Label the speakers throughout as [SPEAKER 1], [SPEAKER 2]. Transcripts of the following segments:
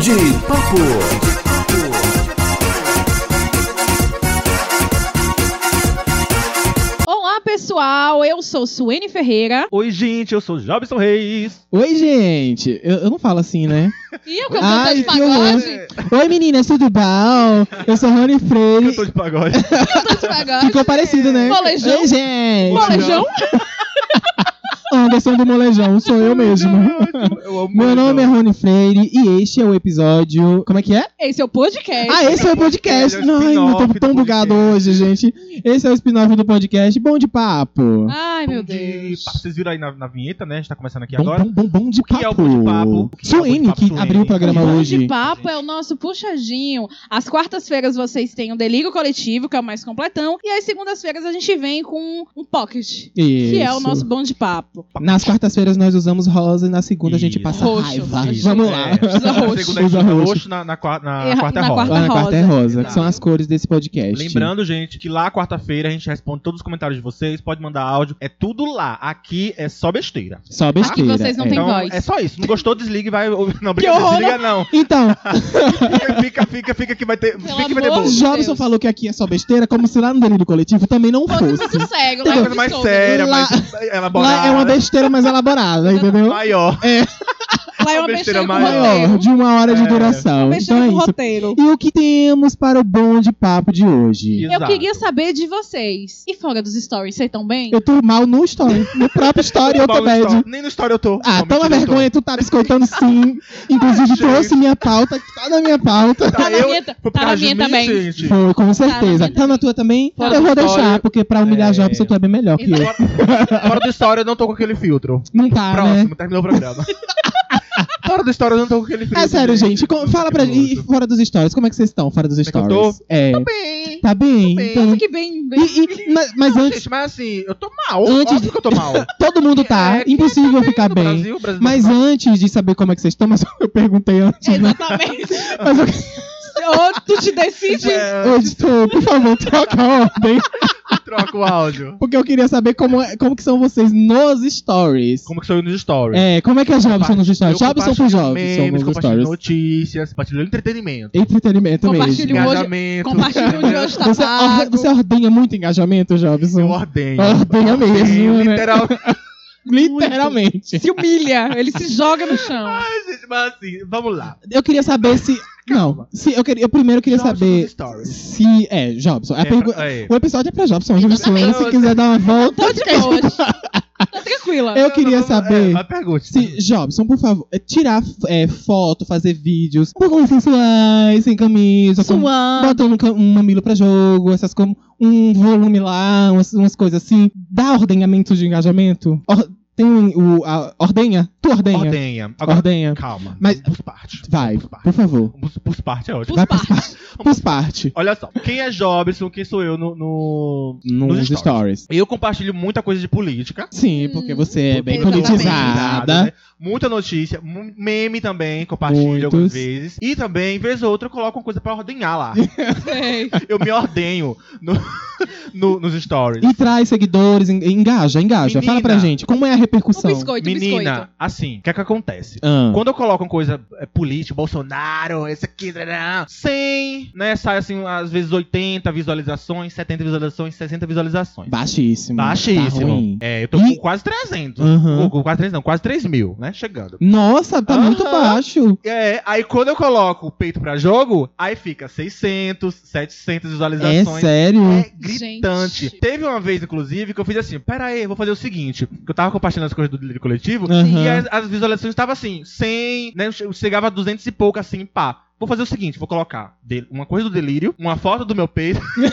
[SPEAKER 1] de papo.
[SPEAKER 2] Olá, pessoal. Eu sou Suene Ferreira.
[SPEAKER 3] Oi, gente, eu sou Jobson Reis.
[SPEAKER 4] Oi, gente! Eu, eu não falo assim, né?
[SPEAKER 2] E eu cantando de
[SPEAKER 4] Ai, que horror.
[SPEAKER 2] pagode.
[SPEAKER 4] Oi, meninas, tudo bom? Eu sou Rony Freire.
[SPEAKER 3] Cantor de pagode.
[SPEAKER 2] Cantor de pagode.
[SPEAKER 4] Ficou parecido, né?
[SPEAKER 2] Molejão.
[SPEAKER 4] Oi, gente!
[SPEAKER 2] Molejão.
[SPEAKER 4] Anderson do Molejão, sou eu mesmo.
[SPEAKER 3] Eu amo então.
[SPEAKER 4] Meu nome é Rony Freire e este é o episódio. Como é que é?
[SPEAKER 2] Esse é o podcast.
[SPEAKER 4] Ah, esse é o podcast!
[SPEAKER 3] É, ele é o
[SPEAKER 4] Ai, eu
[SPEAKER 3] spin-off
[SPEAKER 4] tô
[SPEAKER 3] do
[SPEAKER 4] tão bugado
[SPEAKER 3] podcast.
[SPEAKER 4] hoje, gente. Esse é o spin-off do podcast Bom de Papo.
[SPEAKER 2] Ai, meu
[SPEAKER 3] Bom de-
[SPEAKER 2] Deus.
[SPEAKER 4] é
[SPEAKER 3] Pá, Vocês viram aí na, na vinheta, né? A gente tá começando aqui
[SPEAKER 4] Bom,
[SPEAKER 3] agora.
[SPEAKER 4] bom, bom, bom de
[SPEAKER 3] que é o Bom de Papo?
[SPEAKER 4] papo.
[SPEAKER 3] O que é o Bom de
[SPEAKER 4] Suene,
[SPEAKER 3] Papo,
[SPEAKER 4] que
[SPEAKER 3] Suene?
[SPEAKER 4] abriu o programa
[SPEAKER 3] Bom
[SPEAKER 2] Bom
[SPEAKER 4] hoje.
[SPEAKER 2] de papo é o nosso puxadinho. Às quartas-feiras vocês têm o Delírio Coletivo, que é o mais completão. E às segundas-feiras a gente vem com um pocket, que é o
[SPEAKER 4] Isso.
[SPEAKER 2] nosso bom de papo.
[SPEAKER 4] Nas quartas-feiras nós usamos rosa e na segunda a gente
[SPEAKER 3] Isso.
[SPEAKER 4] passa
[SPEAKER 2] Roxo.
[SPEAKER 4] raiva.
[SPEAKER 2] Isso.
[SPEAKER 4] Vamos lá.
[SPEAKER 3] É,
[SPEAKER 2] Usa roxo.
[SPEAKER 3] na segunda é
[SPEAKER 4] Usa
[SPEAKER 3] roxo,
[SPEAKER 4] roxo,
[SPEAKER 3] na, na qua- na
[SPEAKER 2] Erra-
[SPEAKER 3] quarta
[SPEAKER 2] na
[SPEAKER 3] é rosa.
[SPEAKER 2] quarta-
[SPEAKER 4] Lá na quarta é rosa, que
[SPEAKER 3] Exato.
[SPEAKER 4] são as cores desse podcast.
[SPEAKER 3] Lembrando, gente, que lá quarta-feira a gente responde todos os comentários de vocês, pode mandar áudio, é tudo lá. Aqui é só besteira.
[SPEAKER 4] Só
[SPEAKER 2] Aqui
[SPEAKER 4] besteira.
[SPEAKER 2] Ah, vocês não
[SPEAKER 4] é.
[SPEAKER 2] têm
[SPEAKER 3] Então,
[SPEAKER 2] voz. né?
[SPEAKER 3] é só isso. Não gostou, desliga e vai. ouvir. Não, brincadeira,
[SPEAKER 4] horror,
[SPEAKER 3] desliga não.
[SPEAKER 4] Então,
[SPEAKER 3] Fica, fica, fica que vai ter.
[SPEAKER 2] Pelo
[SPEAKER 3] Fica que vai ter
[SPEAKER 2] amor
[SPEAKER 3] bolo.
[SPEAKER 2] de
[SPEAKER 4] Jobson
[SPEAKER 2] Oh, Deus.
[SPEAKER 4] falou que aqui é só besteira, como se lá no delírio coletivo também não
[SPEAKER 2] Fosse
[SPEAKER 4] fosse.
[SPEAKER 2] um sossego,
[SPEAKER 3] É
[SPEAKER 2] né?
[SPEAKER 3] uma coisa mais séria,
[SPEAKER 4] Lá-
[SPEAKER 3] mais elaborada.
[SPEAKER 4] Lá é uma besteira mais elaborada, entendeu?
[SPEAKER 3] maior.
[SPEAKER 2] Lá é uma
[SPEAKER 3] uma
[SPEAKER 2] besteira
[SPEAKER 3] besteira
[SPEAKER 2] com
[SPEAKER 3] maior.
[SPEAKER 4] Maior,
[SPEAKER 2] roteiro.
[SPEAKER 4] de uma hora de
[SPEAKER 3] É.
[SPEAKER 4] duração. Então
[SPEAKER 2] Besteira
[SPEAKER 4] é
[SPEAKER 2] com
[SPEAKER 4] isso.
[SPEAKER 2] roteiro.
[SPEAKER 4] E o que temos para o bom de papo de hoje?
[SPEAKER 2] Eu
[SPEAKER 3] Exato.
[SPEAKER 2] queria saber de vocês. E fora dos stories, vocês estão bem?
[SPEAKER 4] Eu tô mal no story, no próprio story eu
[SPEAKER 3] Bom,
[SPEAKER 4] tô bad.
[SPEAKER 3] história. Nem no story eu tô. Não,
[SPEAKER 4] Ah, toma
[SPEAKER 3] mentira, eu tô.
[SPEAKER 4] vergonha, tu tá biscoitando sim. Inclusive,
[SPEAKER 3] Gente.
[SPEAKER 4] trouxe minha pauta, que tá na minha pauta.
[SPEAKER 3] Tá,
[SPEAKER 2] Tá na
[SPEAKER 3] eu,
[SPEAKER 2] minha-
[SPEAKER 3] foi por
[SPEAKER 2] tá na
[SPEAKER 3] causa
[SPEAKER 2] minha
[SPEAKER 3] de mim,
[SPEAKER 2] também.
[SPEAKER 3] gente.
[SPEAKER 4] Foi, com certeza.
[SPEAKER 2] minha
[SPEAKER 4] Tá na tua também?
[SPEAKER 2] Tá.
[SPEAKER 4] Eu vou
[SPEAKER 3] Olha,
[SPEAKER 4] deixar, porque pra humilhar
[SPEAKER 3] é.
[SPEAKER 4] Jobson tu é bem melhor que eu.
[SPEAKER 3] Fora, fora do story eu não tô com aquele filtro.
[SPEAKER 4] Não tá, né?
[SPEAKER 3] Próximo, terminou o programa. fora do story eu não tô com aquele filtro. né?
[SPEAKER 4] É sério, gente. com- Fala pra
[SPEAKER 3] mim.
[SPEAKER 4] gente. Fora dos stories, como é que vocês estão? Fora dos
[SPEAKER 3] é que eu
[SPEAKER 4] stories. É.
[SPEAKER 3] Bem.
[SPEAKER 4] Tá bem.
[SPEAKER 3] bem.
[SPEAKER 4] então.
[SPEAKER 2] Nossa, que bem. bem.
[SPEAKER 4] E- e- mas- Mas antes,
[SPEAKER 3] Gente, mas assim, eu tô mal.
[SPEAKER 4] Antes-
[SPEAKER 3] Óbvio que eu tô mal.
[SPEAKER 4] todo mundo
[SPEAKER 3] É,
[SPEAKER 4] tá.
[SPEAKER 3] que
[SPEAKER 4] Impossível ficar
[SPEAKER 3] No
[SPEAKER 4] bem.
[SPEAKER 3] Brasil, o Brasil
[SPEAKER 4] Mas
[SPEAKER 3] tá
[SPEAKER 4] antes de saber como é que vocês estão, mas eu perguntei antes.
[SPEAKER 2] Exatamente.
[SPEAKER 4] Mas eu
[SPEAKER 2] Ou tu te decide.
[SPEAKER 3] mal.
[SPEAKER 4] Ô, desculpa, por favor, troca a ordem.
[SPEAKER 3] É, troca o áudio.
[SPEAKER 4] Porque eu queria saber como, é- como que são vocês nos stories.
[SPEAKER 3] Como que sou eu nos stories?
[SPEAKER 4] É, como é que é Jobson nos
[SPEAKER 3] Eu
[SPEAKER 4] stories? Jobson
[SPEAKER 3] compartilho
[SPEAKER 4] por Jobson
[SPEAKER 3] Memes,
[SPEAKER 4] nos
[SPEAKER 3] compartilho
[SPEAKER 4] stories.
[SPEAKER 3] notícias, compartilho entretenimento.
[SPEAKER 4] Entretenimento é
[SPEAKER 2] Compartilho
[SPEAKER 4] mesmo.
[SPEAKER 3] um
[SPEAKER 2] hoje-
[SPEAKER 3] Engajamento.
[SPEAKER 2] Compartilha onde hoje tá
[SPEAKER 4] Você,
[SPEAKER 2] pago.
[SPEAKER 4] você ordenha muito engajamento,
[SPEAKER 3] Eu
[SPEAKER 4] Jobson?
[SPEAKER 3] ordenho.
[SPEAKER 4] Ordenha mesmo,
[SPEAKER 3] Sim,
[SPEAKER 4] né?
[SPEAKER 3] Literal.
[SPEAKER 4] Literalmente.
[SPEAKER 2] Se humilha. Ele se joga no chão.
[SPEAKER 3] Gente, Mas assim, vamos lá.
[SPEAKER 4] Eu queria saber se. Não, se eu, queria, eu primeiro queria
[SPEAKER 3] Jobson nos
[SPEAKER 4] saber
[SPEAKER 3] stories.
[SPEAKER 4] se. É, Jobson. a
[SPEAKER 3] É,
[SPEAKER 4] pergu-
[SPEAKER 3] pra- é.
[SPEAKER 4] O episódio é pra Jobson, viu,
[SPEAKER 2] Exatamente.
[SPEAKER 4] Suene? Se quiser dar uma volta.
[SPEAKER 2] Tô de boa. Tá tranquila.
[SPEAKER 4] Eu queria
[SPEAKER 3] Não, não, não,
[SPEAKER 4] saber
[SPEAKER 3] É, mas pergunte.
[SPEAKER 4] Se, Jobson, por favor, é, tirar é, foto, fazer vídeos, um pouco mais sensuais, sem camisa, com,
[SPEAKER 2] Suando.
[SPEAKER 4] botando um, ca- um mamilo pra jogo, essas como um volume lá, umas, umas coisas assim. Dá ordenhamento de engajamento? Or- tem o. a- ordenha? Tu ordenha?
[SPEAKER 3] Ordenha. Agora,
[SPEAKER 4] Ordenha.
[SPEAKER 3] calma.
[SPEAKER 4] Mas-
[SPEAKER 3] Por parte.
[SPEAKER 4] Vai,
[SPEAKER 3] Por
[SPEAKER 4] por
[SPEAKER 3] parte.
[SPEAKER 4] favor.
[SPEAKER 3] Por- Por parte é ótimo.
[SPEAKER 2] Por-
[SPEAKER 4] Vai pros,
[SPEAKER 2] parte.
[SPEAKER 4] par- pros parte.
[SPEAKER 3] Olha só. Quem é Jobson? Quem sou eu no, no-
[SPEAKER 4] Nos
[SPEAKER 3] stories.
[SPEAKER 4] stories.
[SPEAKER 3] Eu compartilho muita coisa de política.
[SPEAKER 4] Sim, porque você é bem
[SPEAKER 3] tá
[SPEAKER 2] Exatamente.
[SPEAKER 4] politizada.
[SPEAKER 3] né? Muita notícia, mu- meme também, compartilho
[SPEAKER 4] Muitos.
[SPEAKER 3] algumas vezes. E também, vez ou outra, eu coloco uma coisa pra ordenhar lá.
[SPEAKER 2] Sei.
[SPEAKER 3] Eu me ordenho no- no- nos stories.
[SPEAKER 4] E traz seguidores, en- engaja, engaja. Fala pra
[SPEAKER 3] né? Menina.
[SPEAKER 4] gente, como é a
[SPEAKER 2] O
[SPEAKER 4] repercussão?
[SPEAKER 2] Um biscoito, o biscoito.
[SPEAKER 3] Menina, assim, o que é que acontece?
[SPEAKER 4] Ah.
[SPEAKER 3] Quando eu coloco uma coisa é, política, Bolsonaro, esse aqui, né, tarará, 100, né? Sai assim, às vezes 80 visualizações, 70 visualizações, 60 visualizações.
[SPEAKER 4] Baixíssimo. Tá
[SPEAKER 3] Baixíssimo.
[SPEAKER 4] ruim.
[SPEAKER 3] é, eu tô
[SPEAKER 4] E- Uhum.
[SPEAKER 3] com quase 300.
[SPEAKER 4] Aham.
[SPEAKER 3] Com- Com quase 300, não, quase 3 mil, né? Chegando.
[SPEAKER 4] Nossa, tá muito
[SPEAKER 3] Aham.
[SPEAKER 4] baixo.
[SPEAKER 3] É, aí quando eu coloco o peito pra jogo, aí fica 600, 700
[SPEAKER 4] É
[SPEAKER 3] visualizações.
[SPEAKER 4] sério?
[SPEAKER 3] É gritante.
[SPEAKER 2] Gente.
[SPEAKER 3] Teve uma vez, inclusive, que eu fiz assim: pera aí, eu vou fazer o seguinte. Que eu tava compartilhando as coisas do delírio coletivo
[SPEAKER 4] Aham.
[SPEAKER 3] e as, as visualizações estavam assim, 100, né? che- Chegava a 200 e pouco, assim, pá. Vou fazer o seguinte: vou colocar del- uma coisa do delírio, uma foto do meu peito,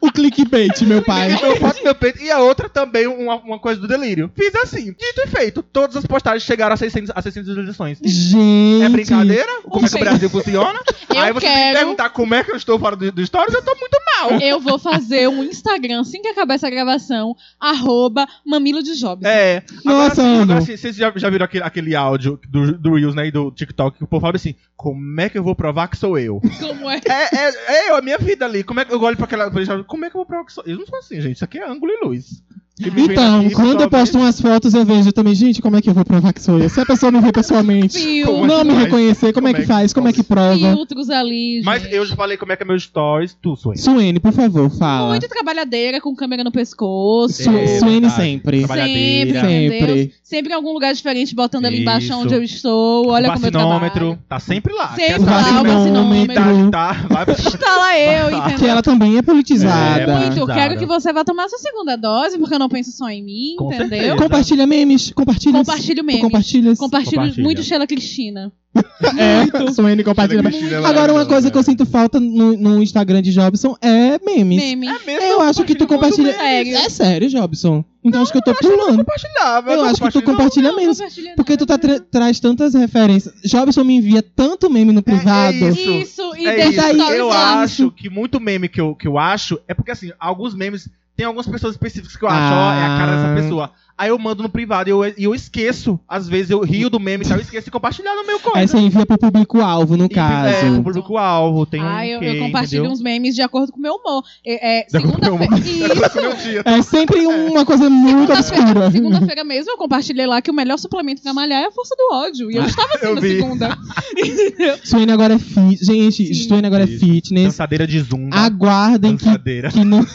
[SPEAKER 4] O clickbait, meu pai.
[SPEAKER 3] uma foto do meu peito e a outra também uma, uma coisa do delírio. Fiz assim, dito e feito. Todas as postagens chegaram a 600, a 600 visualizações.
[SPEAKER 4] Gente.
[SPEAKER 3] É brincadeira? Como é que o
[SPEAKER 2] Gente.
[SPEAKER 3] Brasil funciona?
[SPEAKER 2] Eu
[SPEAKER 3] Aí você me
[SPEAKER 2] quero-
[SPEAKER 3] perguntar como é que eu estou fora do, do Stories, eu tô muito mal.
[SPEAKER 2] Eu vou fazer um Instagram assim que acabar essa gravação. Arroba Mamilo de Jobs.
[SPEAKER 3] É.
[SPEAKER 4] Nossa,
[SPEAKER 3] agora, sim,
[SPEAKER 4] Ana.
[SPEAKER 3] agora sim, vocês já, já viram aquele, aquele áudio do, do Reels, né? E do TikTok, que o povo fala assim: como é que eu vou provar que sou eu?
[SPEAKER 2] Como é?
[SPEAKER 3] é, é, é eu, a minha vida ali. Como é que eu olho pra aquela. pra eles, Como é que eu vou provar que sou eu? Eu não sou assim, gente. Isso aqui é ângulo e luz. Que me vem
[SPEAKER 4] Então,
[SPEAKER 3] aqui,
[SPEAKER 4] quando
[SPEAKER 3] pessoalmente.
[SPEAKER 4] eu posto umas fotos, eu vejo também, gente, como é que eu vou provar que sou eu? Se a pessoa não vê pessoalmente,
[SPEAKER 3] Como é
[SPEAKER 2] Fil-
[SPEAKER 3] que
[SPEAKER 4] não me
[SPEAKER 3] faz?
[SPEAKER 4] reconhecer, como é que faz? Como é que prova?
[SPEAKER 2] Filtros ali.
[SPEAKER 3] Mas
[SPEAKER 2] gente.
[SPEAKER 3] eu já falei como é que é meu stories, tu, Suene.
[SPEAKER 4] Suene, por favor, fala.
[SPEAKER 2] Muito trabalhadeira, com câmera no pescoço.
[SPEAKER 4] Su-
[SPEAKER 3] É,
[SPEAKER 4] Suene
[SPEAKER 3] verdade.
[SPEAKER 4] sempre.
[SPEAKER 2] Sempre,
[SPEAKER 3] Trabalhadeira.
[SPEAKER 2] entendeu?
[SPEAKER 4] Sempre.
[SPEAKER 2] Sempre em algum lugar diferente, botando ali embaixo
[SPEAKER 3] Isso.
[SPEAKER 2] onde eu estou. Olha
[SPEAKER 3] o
[SPEAKER 2] como eu
[SPEAKER 3] vacinômetro,
[SPEAKER 2] trabalho.
[SPEAKER 3] tá sempre lá.
[SPEAKER 2] Sempre
[SPEAKER 3] Quer
[SPEAKER 4] O
[SPEAKER 2] lá,
[SPEAKER 3] saber
[SPEAKER 2] o
[SPEAKER 3] como é que
[SPEAKER 2] vacinômetro.
[SPEAKER 4] vacinômetro.
[SPEAKER 3] Tá, tá, vai pra...
[SPEAKER 2] Está lá eu,
[SPEAKER 4] Que
[SPEAKER 2] entendeu?
[SPEAKER 4] ela também é
[SPEAKER 3] É,
[SPEAKER 4] politizada.
[SPEAKER 2] Muito, eu
[SPEAKER 3] Exato.
[SPEAKER 2] quero que você vá tomar sua segunda dose, porque eu não penso só em mim,
[SPEAKER 3] Com
[SPEAKER 2] entendeu?
[SPEAKER 3] certeza.
[SPEAKER 4] Compartilha memes, compartilha.
[SPEAKER 2] Compartilho mesmo.
[SPEAKER 4] Compartilhas.
[SPEAKER 2] Compartilho
[SPEAKER 3] Compartilha.
[SPEAKER 2] muito Sheila Cristina.
[SPEAKER 4] É, Suene compartilha.
[SPEAKER 3] Sheila Cristina é
[SPEAKER 4] Agora, uma
[SPEAKER 3] maravilhosa,
[SPEAKER 4] coisa que eu
[SPEAKER 3] cara.
[SPEAKER 4] sinto falta no, no Instagram de Jobson é memes.
[SPEAKER 2] Meme.
[SPEAKER 3] É mesmo,
[SPEAKER 4] Eu acho que tu compartilha.
[SPEAKER 3] compartilhas.
[SPEAKER 2] memes.
[SPEAKER 4] É sério, Jobson. Então acho que eu tô pulando. Eu acho que tu compartilha memes.
[SPEAKER 2] compartilha
[SPEAKER 4] Porque
[SPEAKER 2] não.
[SPEAKER 4] tu tá tra- traz tantas referências. Jobson me envia tanto meme no privado.
[SPEAKER 3] é
[SPEAKER 2] Isso, e
[SPEAKER 3] É
[SPEAKER 2] deixa
[SPEAKER 4] isso,
[SPEAKER 2] stories
[SPEAKER 3] eu
[SPEAKER 2] lá.
[SPEAKER 3] acho que muito meme que eu, que eu acho é porque, assim, alguns memes tem algumas pessoas específicas que eu acho, ó, é a cara
[SPEAKER 4] Ah.
[SPEAKER 3] dessa pessoa. Aí eu mando no privado e eu, e eu esqueço. Às vezes eu rio do meme e tal, eu esqueço de compartilhar no meu
[SPEAKER 4] Aí
[SPEAKER 3] código.
[SPEAKER 4] você envia pro público-alvo,
[SPEAKER 3] E,
[SPEAKER 4] no
[SPEAKER 3] É,
[SPEAKER 4] um caso.
[SPEAKER 3] o público-alvo, tem um
[SPEAKER 2] Ah, eu,
[SPEAKER 3] quê,
[SPEAKER 2] eu compartilho
[SPEAKER 3] entendeu?
[SPEAKER 2] uns memes de acordo com o meu humor. É, é,
[SPEAKER 3] De acordo com o meu
[SPEAKER 2] Segunda-feira. Isso.
[SPEAKER 3] Meu dia.
[SPEAKER 4] É sempre uma coisa muito
[SPEAKER 2] Segunda-feira
[SPEAKER 4] obscura.
[SPEAKER 2] segunda-feira mesmo, eu compartilhei lá que o melhor suplemento pra malhar é a força do ódio. E eu estava assim
[SPEAKER 3] Eu
[SPEAKER 2] na
[SPEAKER 3] vi.
[SPEAKER 2] segunda.
[SPEAKER 4] Suene agora é fit. Gente,
[SPEAKER 2] Sim.
[SPEAKER 4] Suene agora é
[SPEAKER 3] Isso.
[SPEAKER 4] fitness.
[SPEAKER 3] Dançadeira de zumba.
[SPEAKER 4] Aguardem que,
[SPEAKER 3] Dançadeira.
[SPEAKER 4] que no-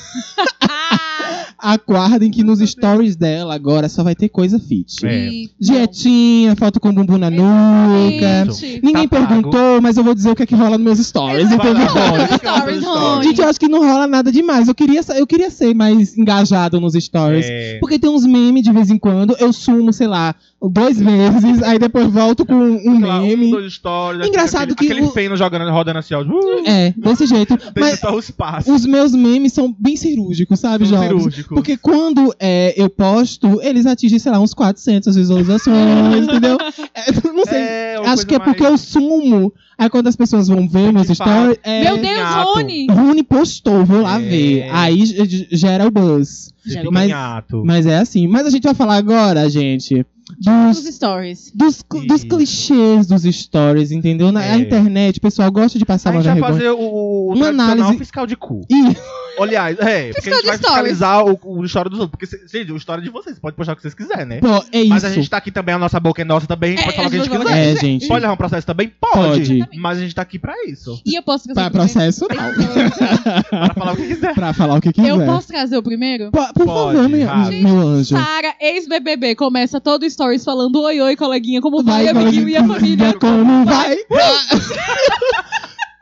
[SPEAKER 2] Ah,
[SPEAKER 4] aguardem que nos stories dela agora só vai ter coisa fit.
[SPEAKER 3] É.
[SPEAKER 2] e-
[SPEAKER 4] Dietinha, foto com bumbum na nuca.
[SPEAKER 2] Gente.
[SPEAKER 4] Ninguém
[SPEAKER 3] Tá pago.
[SPEAKER 4] perguntou, mas eu vou dizer o que é que rola nos meus stories,
[SPEAKER 3] Vai lá,
[SPEAKER 4] entendeu?
[SPEAKER 3] olha,
[SPEAKER 2] Stories,
[SPEAKER 3] aquelas
[SPEAKER 2] stories.
[SPEAKER 4] Gente, eu acho que não rola nada demais. Eu queria, sa- eu queria ser mais engajado nos stories.
[SPEAKER 3] É,
[SPEAKER 4] Porque tem uns memes de vez em quando, eu sumo, sei lá, dois meses, aí depois volto com um
[SPEAKER 3] sei lá, um,
[SPEAKER 4] meme.
[SPEAKER 3] dois stories,
[SPEAKER 4] Engraçado
[SPEAKER 3] aquele,
[SPEAKER 4] que
[SPEAKER 3] Aquele
[SPEAKER 4] o-
[SPEAKER 3] feno jogando, rodando assim, ó. Uh,
[SPEAKER 4] É, desse jeito.
[SPEAKER 3] deixa
[SPEAKER 4] Mas
[SPEAKER 3] só os passos.
[SPEAKER 4] os meus memes são bem cirúrgicos, sabe,
[SPEAKER 3] São
[SPEAKER 4] Jobs?
[SPEAKER 3] cirúrgicos.
[SPEAKER 4] Porque quando é, eu posto, eles atingem, sei lá, uns 400 visualizações, entendeu? É, não sei.
[SPEAKER 3] É, uma
[SPEAKER 4] acho que é
[SPEAKER 3] coisa
[SPEAKER 4] porque eu sumo. Aí quando as pessoas vão ver meus
[SPEAKER 3] que falar.
[SPEAKER 4] stories. É,
[SPEAKER 2] Meu Deus,
[SPEAKER 3] gato.
[SPEAKER 2] Rony!
[SPEAKER 4] Rune postou, vou lá
[SPEAKER 3] É.
[SPEAKER 4] ver. Aí g- g- gera o buzz.
[SPEAKER 3] Fica
[SPEAKER 4] Mas-
[SPEAKER 3] em ato.
[SPEAKER 4] Mas é assim. Mas a gente vai falar agora, gente, dos,
[SPEAKER 2] Os stories.
[SPEAKER 4] dos, cl- dos
[SPEAKER 3] Isso.
[SPEAKER 4] clichês dos stories, entendeu? Na
[SPEAKER 3] É.
[SPEAKER 4] a internet, o pessoal gosta de passar
[SPEAKER 3] A
[SPEAKER 4] uma
[SPEAKER 3] gente vai fazer
[SPEAKER 4] vergonha.
[SPEAKER 3] o, o
[SPEAKER 4] Uma
[SPEAKER 3] tradicional
[SPEAKER 4] análise-
[SPEAKER 3] fiscal de cu.
[SPEAKER 4] Ih,
[SPEAKER 3] Aliás, é, porque
[SPEAKER 2] Fiscal de
[SPEAKER 3] a gente vai
[SPEAKER 2] stories.
[SPEAKER 3] fiscalizar o, o história dos outros. Porque, se- gente, o história de vocês, pode postar o que vocês quiserem, né?
[SPEAKER 4] pô, é
[SPEAKER 3] Mas a
[SPEAKER 4] isso.
[SPEAKER 3] gente tá aqui também, a nossa boca é nossa também, a gente
[SPEAKER 2] É,
[SPEAKER 3] pode falar o que a gente
[SPEAKER 2] eu vou
[SPEAKER 3] quiser.
[SPEAKER 2] falar-
[SPEAKER 4] É, gente.
[SPEAKER 3] Pode levar um processo também?
[SPEAKER 4] Pode.
[SPEAKER 3] Pode.
[SPEAKER 4] Exatamente.
[SPEAKER 3] Mas a gente tá aqui pra isso.
[SPEAKER 2] E eu posso trazer
[SPEAKER 4] Pra
[SPEAKER 2] o primeiro?
[SPEAKER 4] processo, não.
[SPEAKER 3] Pra falar o que quiser.
[SPEAKER 4] pra falar o que quiser.
[SPEAKER 2] Eu posso trazer o primeiro?
[SPEAKER 4] Po- por
[SPEAKER 3] Pode,
[SPEAKER 4] favor, meu,
[SPEAKER 3] Rafa.
[SPEAKER 4] meu anjo.
[SPEAKER 2] Sara, ex-BBB, começa todo o stories falando oi, oi, coleguinha, como vai,
[SPEAKER 4] vai,
[SPEAKER 2] amiguinho e a família?
[SPEAKER 4] Como vai?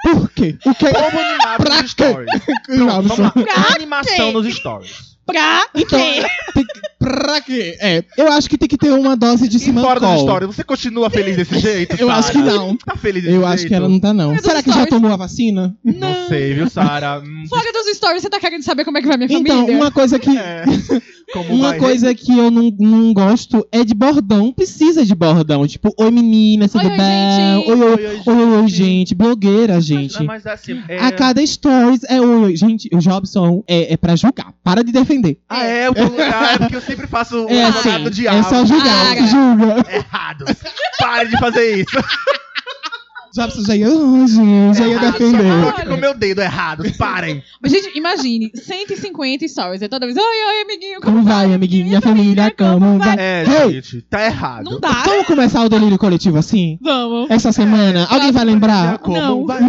[SPEAKER 4] Por quê? O que é
[SPEAKER 3] Como animar
[SPEAKER 4] Pra quê?
[SPEAKER 3] nos stories. Vamos
[SPEAKER 4] Jobson?
[SPEAKER 3] lá. Animação nos stories.
[SPEAKER 2] Pra
[SPEAKER 4] Então,
[SPEAKER 2] quê?
[SPEAKER 4] tem que- pra quê? É, eu acho que tem que ter uma dose de
[SPEAKER 3] E fora das
[SPEAKER 4] simancol.
[SPEAKER 3] histórias, você continua feliz desse jeito?
[SPEAKER 4] Eu acho que
[SPEAKER 3] Sara?
[SPEAKER 4] não.
[SPEAKER 3] Tá feliz desse
[SPEAKER 4] Eu
[SPEAKER 3] jeito?
[SPEAKER 4] acho que ela não tá, não.
[SPEAKER 2] Mas
[SPEAKER 4] Será
[SPEAKER 2] dos
[SPEAKER 4] que já
[SPEAKER 2] stories-
[SPEAKER 4] tomou a vacina?
[SPEAKER 3] Não sei, viu, Sara? Hum,
[SPEAKER 2] Fora dos stories, você tá querendo saber como é que vai minha
[SPEAKER 4] Então,
[SPEAKER 2] família?
[SPEAKER 4] uma coisa que...
[SPEAKER 3] É. Como
[SPEAKER 4] Uma
[SPEAKER 3] vai- né?
[SPEAKER 4] coisa que eu não, não gosto é de bordão. Precisa de bordão. Tipo, oi menina, tudo
[SPEAKER 2] Oi, oi,
[SPEAKER 4] bem?
[SPEAKER 2] gente.
[SPEAKER 4] Oi, oi,
[SPEAKER 3] Oi, oi,
[SPEAKER 4] oi, oi, gente. Blogueira, gente.
[SPEAKER 3] Mas, mas assim, é...
[SPEAKER 4] A cada stories é oi, oi. Gente, o Jobson é, é pra julgar. Para de defender.
[SPEAKER 3] Ah, é, eu tô... ah, é porque eu sempre faço o
[SPEAKER 4] É
[SPEAKER 3] advogado
[SPEAKER 4] assim,
[SPEAKER 3] do
[SPEAKER 4] é
[SPEAKER 3] diabo.
[SPEAKER 4] só julgar,
[SPEAKER 2] Para.
[SPEAKER 4] julga.
[SPEAKER 3] Errados. Pare de fazer isso.
[SPEAKER 4] Jobson já ia longe, já ia
[SPEAKER 3] Errados.
[SPEAKER 4] defender.
[SPEAKER 3] Toque com meu dedo, errados. Parem.
[SPEAKER 2] Mas, gente, imagine, 150 stories. É toda vez, oi, oi, amiguinho, como,
[SPEAKER 4] Como vai, amiguinho? Minha família, como vai?
[SPEAKER 3] É,
[SPEAKER 4] Ei.
[SPEAKER 3] gente, tá errado.
[SPEAKER 2] Não dá.
[SPEAKER 4] Vamos começar o delírio coletivo assim?
[SPEAKER 2] Vamos.
[SPEAKER 4] Essa semana? Alguém vai lembrar?
[SPEAKER 3] Como
[SPEAKER 2] Não.
[SPEAKER 3] vai-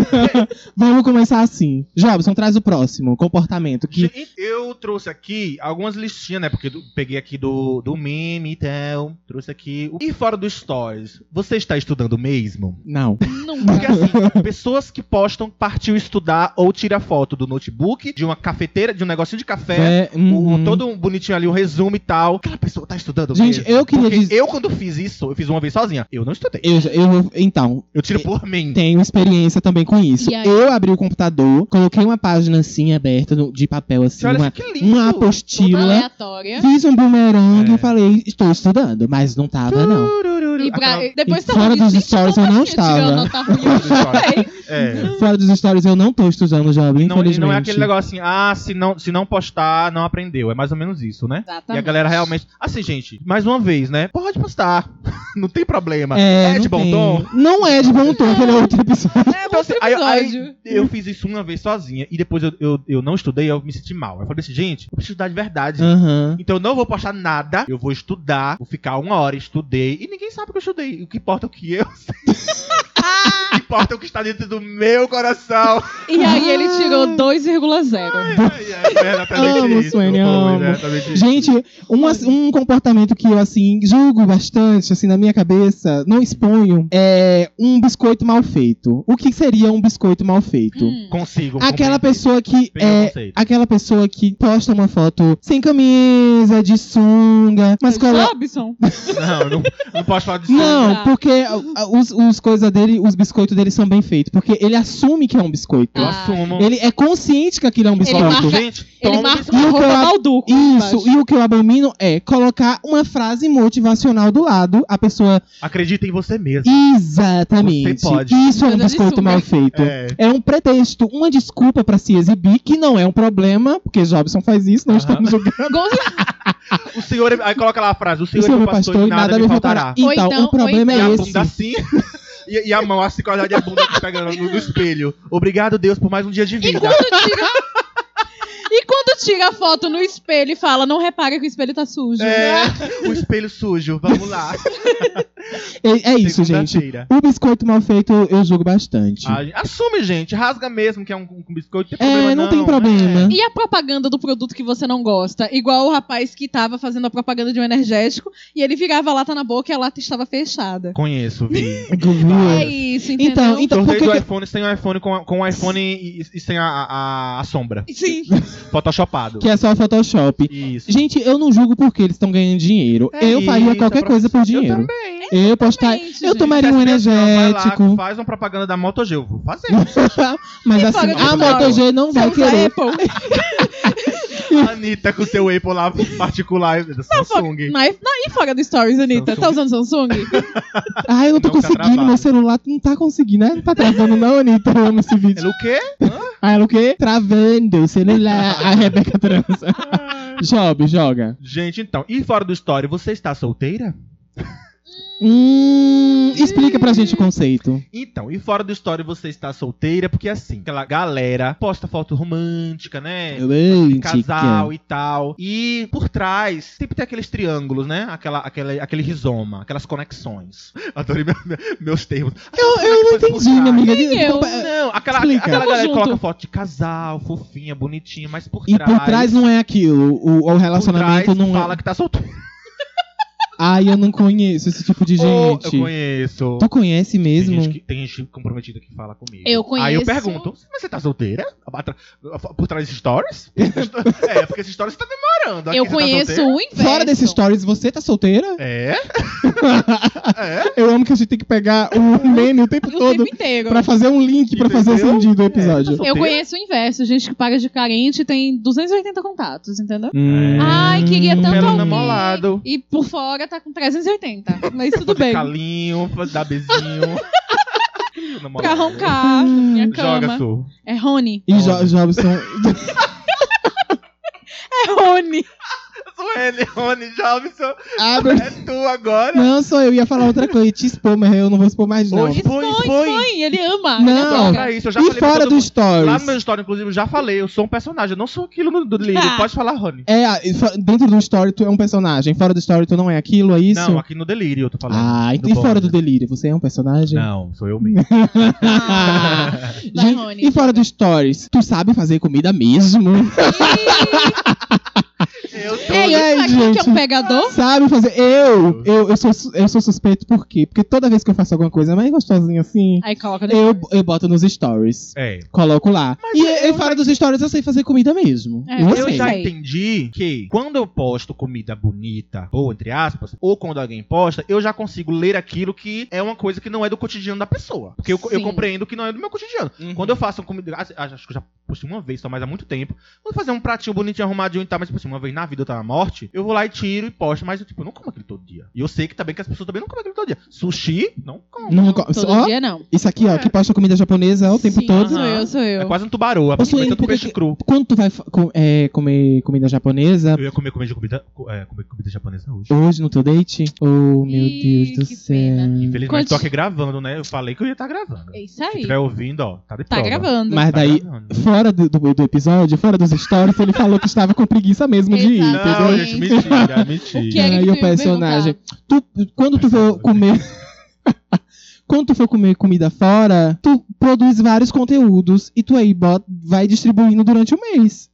[SPEAKER 4] Vamos começar assim. Jobson, traz o próximo comportamento que
[SPEAKER 3] Gente, Eu trouxe aqui algumas listinhas, né? Porque eu peguei aqui do, do meme e tal. Trouxe aqui. o- E fora do Stories, você está estudando mesmo?
[SPEAKER 4] Não.
[SPEAKER 3] Porque
[SPEAKER 2] Nunca.
[SPEAKER 3] assim, pessoas que postam partiu estudar ou tira foto do notebook, de uma cafeteira, de um negocinho de café,
[SPEAKER 4] É,
[SPEAKER 3] o-
[SPEAKER 4] uhum.
[SPEAKER 3] o- todo um bonitinho ali, um resumo e tal. Aquela pessoa tá estudando
[SPEAKER 4] Gente,
[SPEAKER 3] mesmo?
[SPEAKER 4] eu queria
[SPEAKER 3] Porque
[SPEAKER 4] dizer-
[SPEAKER 3] Eu, quando fiz isso, eu fiz uma vez sozinha. Eu não estudei.
[SPEAKER 4] Eu, já- eu- então,
[SPEAKER 3] Eu tiro por mim.
[SPEAKER 4] tenho experiência também com isso.
[SPEAKER 2] E aí?
[SPEAKER 4] Eu abri o computador, coloquei uma página assim aberta no- de papel assim,
[SPEAKER 3] Você olha assim,
[SPEAKER 4] uma,
[SPEAKER 3] que lindo.
[SPEAKER 4] uma
[SPEAKER 2] Toda
[SPEAKER 4] apostila,
[SPEAKER 2] aleatória.
[SPEAKER 4] fiz um bumerangue
[SPEAKER 3] É.
[SPEAKER 4] e falei, estou estudando, mas não tava não.
[SPEAKER 2] E pra-
[SPEAKER 3] Aquela-
[SPEAKER 2] depois
[SPEAKER 4] E
[SPEAKER 2] tá
[SPEAKER 4] fora
[SPEAKER 2] falando,
[SPEAKER 4] dos
[SPEAKER 2] gente,
[SPEAKER 4] stories eu
[SPEAKER 2] tá
[SPEAKER 4] não
[SPEAKER 2] assim, tirou
[SPEAKER 4] estava.
[SPEAKER 2] nota ruim.
[SPEAKER 3] É.
[SPEAKER 4] Fora dos stories eu não tô estudando jovem,
[SPEAKER 3] Não, e
[SPEAKER 4] infelizmente.
[SPEAKER 3] não é aquele negócio assim, ah, se não, se não postar, não aprendeu. É mais ou menos isso, né? E a
[SPEAKER 2] Exatamente.
[SPEAKER 3] galera realmente. Assim, gente, mais uma vez, né? Pode postar. não tem problema.
[SPEAKER 4] É,
[SPEAKER 3] É, de
[SPEAKER 4] não
[SPEAKER 3] bom
[SPEAKER 4] tem.
[SPEAKER 3] tom.
[SPEAKER 4] Não é de bom tom, aquele é outro episódio.
[SPEAKER 2] É
[SPEAKER 3] Então,
[SPEAKER 2] outro
[SPEAKER 3] assim, aí- aí-
[SPEAKER 2] episódio.
[SPEAKER 3] Eu fiz isso uma vez sozinha e depois eu, eu, eu não estudei, eu me senti mal. Eu falei assim, gente, eu preciso estudar de verdade.
[SPEAKER 4] Aham.
[SPEAKER 3] Então eu não vou postar nada, eu vou estudar, vou ficar uma hora, estudei, e ninguém sabe o que eu estudei. O que importa é o que eu sei. o que importa é o que está dentro do meu coração.
[SPEAKER 2] E aí ele
[SPEAKER 4] Ah.
[SPEAKER 2] tirou 2,0.
[SPEAKER 3] Ai, ai, é exatamente
[SPEAKER 4] Amo,
[SPEAKER 3] isso.
[SPEAKER 4] Suene, amo.
[SPEAKER 3] exatamente isso.
[SPEAKER 4] Gente, um, ass- um comportamento que eu, assim, julgo bastante, assim, na minha cabeça, não exponho, é um biscoito mal feito. O que seria um biscoito mal feito?
[SPEAKER 2] Hum.
[SPEAKER 3] Consigo.
[SPEAKER 4] Aquela
[SPEAKER 3] compreender.
[SPEAKER 4] pessoa
[SPEAKER 3] Tem
[SPEAKER 4] que
[SPEAKER 3] o
[SPEAKER 4] é.
[SPEAKER 3] conceito.
[SPEAKER 4] Aquela pessoa que posta uma foto sem camisa, de sunga, mas é coloca.
[SPEAKER 2] Jobson.
[SPEAKER 3] Não, eu não, eu não posso falar disso.
[SPEAKER 4] Não,
[SPEAKER 2] Ah.
[SPEAKER 4] porque a- a- os, os coisa dele, os biscoitos dele são bem feitos. Porque ele assume que é um biscoito.
[SPEAKER 3] Eu
[SPEAKER 2] Ah.
[SPEAKER 3] assumo.
[SPEAKER 4] Ele é consciente que aquilo é um biscoito.
[SPEAKER 2] marca-
[SPEAKER 3] Gente,
[SPEAKER 2] Ele
[SPEAKER 3] toma
[SPEAKER 2] marca
[SPEAKER 3] isso.
[SPEAKER 2] uma
[SPEAKER 4] Então, E o que
[SPEAKER 2] roupa
[SPEAKER 4] eu-
[SPEAKER 2] balduco.
[SPEAKER 4] Isso, e o que eu abomino é colocar uma frase motivacional do lado, a pessoa.
[SPEAKER 3] Acredita em você mesmo.
[SPEAKER 4] Exatamente.
[SPEAKER 3] Você pode.
[SPEAKER 4] Isso é um
[SPEAKER 2] Nada de
[SPEAKER 4] biscoito
[SPEAKER 2] sunga.
[SPEAKER 4] mal feito. É.
[SPEAKER 3] É.
[SPEAKER 4] um pretexto, uma desculpa pra se exibir, que não é um problema, porque Jobson faz isso, não
[SPEAKER 3] Aham.
[SPEAKER 4] estamos julgando.
[SPEAKER 2] Gonz-
[SPEAKER 3] O senhor. é- Aí coloca lá a frase: O
[SPEAKER 4] O
[SPEAKER 3] senhor,
[SPEAKER 4] senhor
[SPEAKER 3] é
[SPEAKER 4] me
[SPEAKER 3] meu pastor,
[SPEAKER 4] pastor e
[SPEAKER 3] e nada, me faltará.
[SPEAKER 2] Ou
[SPEAKER 4] Então,
[SPEAKER 2] então-
[SPEAKER 4] o problema
[SPEAKER 2] ou
[SPEAKER 3] e
[SPEAKER 4] é
[SPEAKER 3] a
[SPEAKER 4] esse.
[SPEAKER 3] bunda assim. e, e a mão assim, com a olhada e a bunda pegando no, no espelho. Obrigado, Deus, por mais um dia de
[SPEAKER 2] E
[SPEAKER 3] vida.
[SPEAKER 2] quando tira... E quando tira a foto no espelho e fala, não repara que o espelho tá sujo.
[SPEAKER 4] né?
[SPEAKER 3] É, o espelho sujo. Vamos lá.
[SPEAKER 4] É, é isso, gente.
[SPEAKER 3] Segunda-feira.
[SPEAKER 4] O biscoito mal feito eu, eu julgo bastante.
[SPEAKER 3] Ah, assume, gente. Rasga mesmo que é um, um biscoito. Não né? tem
[SPEAKER 4] é,
[SPEAKER 3] problema,
[SPEAKER 4] não, tem problema.
[SPEAKER 2] E a propaganda do produto que você não gosta? Igual o rapaz que tava fazendo a propaganda de um energético e ele virava a lata na boca e a lata estava fechada.
[SPEAKER 3] Conheço, vi.
[SPEAKER 2] É
[SPEAKER 4] Duvido.
[SPEAKER 2] isso, entendeu?
[SPEAKER 4] Então, então por
[SPEAKER 3] Sorteio
[SPEAKER 4] que,
[SPEAKER 3] do
[SPEAKER 4] que
[SPEAKER 3] iPhone sem o iPhone com, a- com o iPhone e, e sem a, a, a sombra.
[SPEAKER 2] Sim.
[SPEAKER 3] Photoshopado.
[SPEAKER 4] que é só Photoshop?
[SPEAKER 3] Isso.
[SPEAKER 4] Gente, eu não julgo porque eles estão ganhando dinheiro.
[SPEAKER 3] É
[SPEAKER 4] eu faria
[SPEAKER 3] isso,
[SPEAKER 4] qualquer
[SPEAKER 3] é
[SPEAKER 4] coisa por dinheiro.
[SPEAKER 3] Eu também.
[SPEAKER 4] Eu, postar,
[SPEAKER 2] Exatamente,
[SPEAKER 4] eu
[SPEAKER 2] gente.
[SPEAKER 4] tomaria um
[SPEAKER 3] Se a pessoa Vai lá,
[SPEAKER 4] energético.
[SPEAKER 3] faz uma propaganda da MotoG. Eu vou fazer.
[SPEAKER 4] mas
[SPEAKER 2] E
[SPEAKER 4] assim,
[SPEAKER 2] fora do
[SPEAKER 4] a
[SPEAKER 2] Brasil.
[SPEAKER 4] MotoG não
[SPEAKER 2] Você
[SPEAKER 4] vai
[SPEAKER 2] usa
[SPEAKER 4] querer.
[SPEAKER 2] Apple.
[SPEAKER 3] Anitta com seu Apple lá particular da Samsung.
[SPEAKER 2] Mas, não, e fora do Stories, Anitta?
[SPEAKER 3] Samsung.
[SPEAKER 2] Tá usando Samsung?
[SPEAKER 4] Ah, eu não tô
[SPEAKER 3] Não tá
[SPEAKER 4] conseguindo, meu
[SPEAKER 3] travado.
[SPEAKER 4] celular não tá conseguindo. né? Não tá travando, não, Anitta. Eu amo esse vídeo.
[SPEAKER 3] Ela o quê?
[SPEAKER 4] Ah, ela o quê? Travando o celular. A Rebeca transa. Job, joga.
[SPEAKER 3] Gente, então. E fora do story, você está solteira?
[SPEAKER 4] Hum, explica pra gente o conceito.
[SPEAKER 3] Então, e fora do story, você está solteira? Porque assim, aquela galera posta foto romântica, né? De
[SPEAKER 4] Casal.
[SPEAKER 3] casal e tal. E por trás, sempre tem aqueles triângulos, né? Aquela, aquela, aquele rizoma, aquelas conexões. Adorei meu- meu- meus termos.
[SPEAKER 4] Eu, eu não
[SPEAKER 3] Aquelas coisas por
[SPEAKER 4] é. entendi, minha
[SPEAKER 3] trás.
[SPEAKER 4] amiga.
[SPEAKER 2] Nem eu. né?
[SPEAKER 4] Compa-
[SPEAKER 3] Não, aquela,
[SPEAKER 4] Explica.
[SPEAKER 3] aquela
[SPEAKER 4] Tamo
[SPEAKER 3] galera que
[SPEAKER 2] junto.
[SPEAKER 3] coloca foto de casal, fofinha, bonitinha, mas por
[SPEAKER 4] E
[SPEAKER 3] trás.
[SPEAKER 4] por trás não é aquilo. O, o
[SPEAKER 3] por
[SPEAKER 4] relacionamento
[SPEAKER 3] trás,
[SPEAKER 4] não
[SPEAKER 3] fala
[SPEAKER 4] é.
[SPEAKER 3] que tá solteiro.
[SPEAKER 4] Ai, eu não conheço esse tipo de
[SPEAKER 3] Oh,
[SPEAKER 4] gente.
[SPEAKER 3] eu conheço.
[SPEAKER 4] Tu conhece mesmo?
[SPEAKER 3] Tem gente, que, tem gente comprometida que fala comigo.
[SPEAKER 2] Eu conheço.
[SPEAKER 3] Aí eu pergunto, mas você tá solteira? Atra- Por trás desses stories? é, porque esses stories tá demorando. Aqui
[SPEAKER 2] Eu
[SPEAKER 3] você tá
[SPEAKER 2] conheço um.
[SPEAKER 3] solteira?
[SPEAKER 2] o inverso.
[SPEAKER 4] Fora desses stories, você tá solteira?
[SPEAKER 3] É? É?
[SPEAKER 4] Eu amo que a gente tem que pegar o meme o tempo
[SPEAKER 2] O
[SPEAKER 4] todo
[SPEAKER 2] tempo inteiro.
[SPEAKER 4] pra fazer um link pra fazer o
[SPEAKER 3] Entendeu?
[SPEAKER 4] sentido do
[SPEAKER 3] É,
[SPEAKER 4] episódio.
[SPEAKER 3] tá
[SPEAKER 2] Eu
[SPEAKER 3] solteira?
[SPEAKER 2] conheço o inverso. Gente que paga de carente e tem 280 contatos, entendeu?
[SPEAKER 4] Hum.
[SPEAKER 2] Ai, queria tanto
[SPEAKER 3] Pelo
[SPEAKER 2] alguém.
[SPEAKER 3] namorado.
[SPEAKER 2] E por fora tá com 380. Mas tudo
[SPEAKER 3] Fazer
[SPEAKER 2] bem.
[SPEAKER 3] calinho, fazer- dar beijinho. Namorado.
[SPEAKER 2] Pra roncar
[SPEAKER 4] Hum.
[SPEAKER 2] minha
[SPEAKER 3] Joga,
[SPEAKER 2] cama.
[SPEAKER 3] Su.
[SPEAKER 2] É Rony.
[SPEAKER 4] E jo Jobson.
[SPEAKER 2] É Rony.
[SPEAKER 3] Sueli, Rony, Jobson,
[SPEAKER 4] Abre.
[SPEAKER 3] é tu agora.
[SPEAKER 4] Ah, Não, sou eu. Ia falar outra coisa. Ia te expor, mas eu não vou expor mais, não.
[SPEAKER 3] Hoje Expõe, expõe.
[SPEAKER 2] expõe. Ele ama.
[SPEAKER 4] Não.
[SPEAKER 2] ele
[SPEAKER 3] Então,
[SPEAKER 2] adora.
[SPEAKER 3] pra isso, eu já
[SPEAKER 4] E
[SPEAKER 3] falei pra
[SPEAKER 4] fora
[SPEAKER 3] todo
[SPEAKER 4] do
[SPEAKER 3] mundo. Lá
[SPEAKER 4] Stories.
[SPEAKER 3] no meu story, inclusive, eu já falei, eu sou um personagem, eu não sou aquilo do, do livro.
[SPEAKER 2] Ah.
[SPEAKER 3] Pode falar, Rony.
[SPEAKER 4] É, a- e fo- dentro do story tu é um personagem. Fora do story tu não é aquilo, é isso?
[SPEAKER 3] Não, aqui no delírio eu tô falando.
[SPEAKER 4] ah, então
[SPEAKER 3] No
[SPEAKER 4] e fora
[SPEAKER 3] bonde.
[SPEAKER 4] do delírio? Você é um personagem?
[SPEAKER 3] Não, sou eu mesmo.
[SPEAKER 2] Ah. Vai,
[SPEAKER 4] Gente,
[SPEAKER 2] Rony,
[SPEAKER 4] e fora do stories, tu sabe fazer comida mesmo?
[SPEAKER 3] eu tô.
[SPEAKER 2] É
[SPEAKER 4] Olha aí,
[SPEAKER 2] isso aqui que é
[SPEAKER 4] gente.
[SPEAKER 2] um pegador?
[SPEAKER 4] Sabe fazer? Eu, eu, eu, sou, su- eu sou suspeito por quê? Porque toda vez que eu faço alguma coisa mais gostosinha assim,
[SPEAKER 2] Aí coloca no
[SPEAKER 4] eu,
[SPEAKER 2] stories.
[SPEAKER 4] eu boto nos stories.
[SPEAKER 3] É.
[SPEAKER 4] Coloco lá.
[SPEAKER 3] Mas é
[SPEAKER 4] E,
[SPEAKER 3] eu
[SPEAKER 4] e fora dos stories eu sei fazer comida mesmo.
[SPEAKER 2] É,
[SPEAKER 4] eu
[SPEAKER 2] eu
[SPEAKER 3] Eu
[SPEAKER 4] sei.
[SPEAKER 3] já
[SPEAKER 2] Sei.
[SPEAKER 3] entendi que quando eu posto comida bonita, ou entre aspas, ou quando alguém posta, eu já consigo ler aquilo que é uma coisa que não é do cotidiano da pessoa. Porque eu, eu
[SPEAKER 2] Sim.
[SPEAKER 3] compreendo que não é do meu cotidiano.
[SPEAKER 4] Uhum.
[SPEAKER 3] Quando eu faço comida. Acho acho que eu já postei uma vez, só mais há muito tempo. Vou fazer um pratinho bonitinho, arrumadinho e tal, mas tipo assim, uma vez na vida eu tava morte, eu vou lá e tiro e posto, mas eu, tipo, eu não como aquilo todo dia. E eu sei que também que as pessoas também não comem aquilo todo dia. Sushi, não como.
[SPEAKER 4] Não, co-
[SPEAKER 2] Todo
[SPEAKER 4] ó,
[SPEAKER 2] dia não.
[SPEAKER 4] isso aqui, ó, que posta comida japonesa o tempo
[SPEAKER 2] Sim,
[SPEAKER 4] todo.
[SPEAKER 2] Sou eu, sou
[SPEAKER 3] É
[SPEAKER 2] eu.
[SPEAKER 3] quase um tubarão, a
[SPEAKER 4] Posso
[SPEAKER 3] pessoa
[SPEAKER 4] ir
[SPEAKER 3] comendo
[SPEAKER 4] porque-
[SPEAKER 3] peixe cru.
[SPEAKER 4] Quando tu vai fa- co- é, comer comida japonesa,
[SPEAKER 3] Eu ia comer comida, comida, co- é, comer comida japonesa hoje.
[SPEAKER 4] hoje no teu date, oh meu
[SPEAKER 2] Ih,
[SPEAKER 4] Deus do
[SPEAKER 2] que
[SPEAKER 4] céu.
[SPEAKER 2] pena.
[SPEAKER 3] Infelizmente,
[SPEAKER 2] Conti-
[SPEAKER 3] tô aqui gravando, né? Eu falei que eu ia estar gravando.
[SPEAKER 2] É
[SPEAKER 3] Se
[SPEAKER 2] isso aí.
[SPEAKER 3] estiver ouvindo, ó, tá de
[SPEAKER 2] Tá
[SPEAKER 3] prova.
[SPEAKER 2] gravando.
[SPEAKER 4] Mas
[SPEAKER 3] Tá
[SPEAKER 4] daí,
[SPEAKER 3] gravando.
[SPEAKER 4] fora do, do- do episódio, fora dos stories, ele falou que estava com preguiça mesmo de ir,
[SPEAKER 2] Exato.
[SPEAKER 4] entendeu?
[SPEAKER 3] Não, gente, mentira, mentira.
[SPEAKER 2] O que é
[SPEAKER 4] Aí
[SPEAKER 2] que
[SPEAKER 4] o
[SPEAKER 2] tu ia
[SPEAKER 4] personagem.
[SPEAKER 2] perguntar?
[SPEAKER 4] Tu, quando tu for comer. quando tu for comer comida fora, tu produz vários conteúdos e tu aí bota, vai distribuindo durante o mês.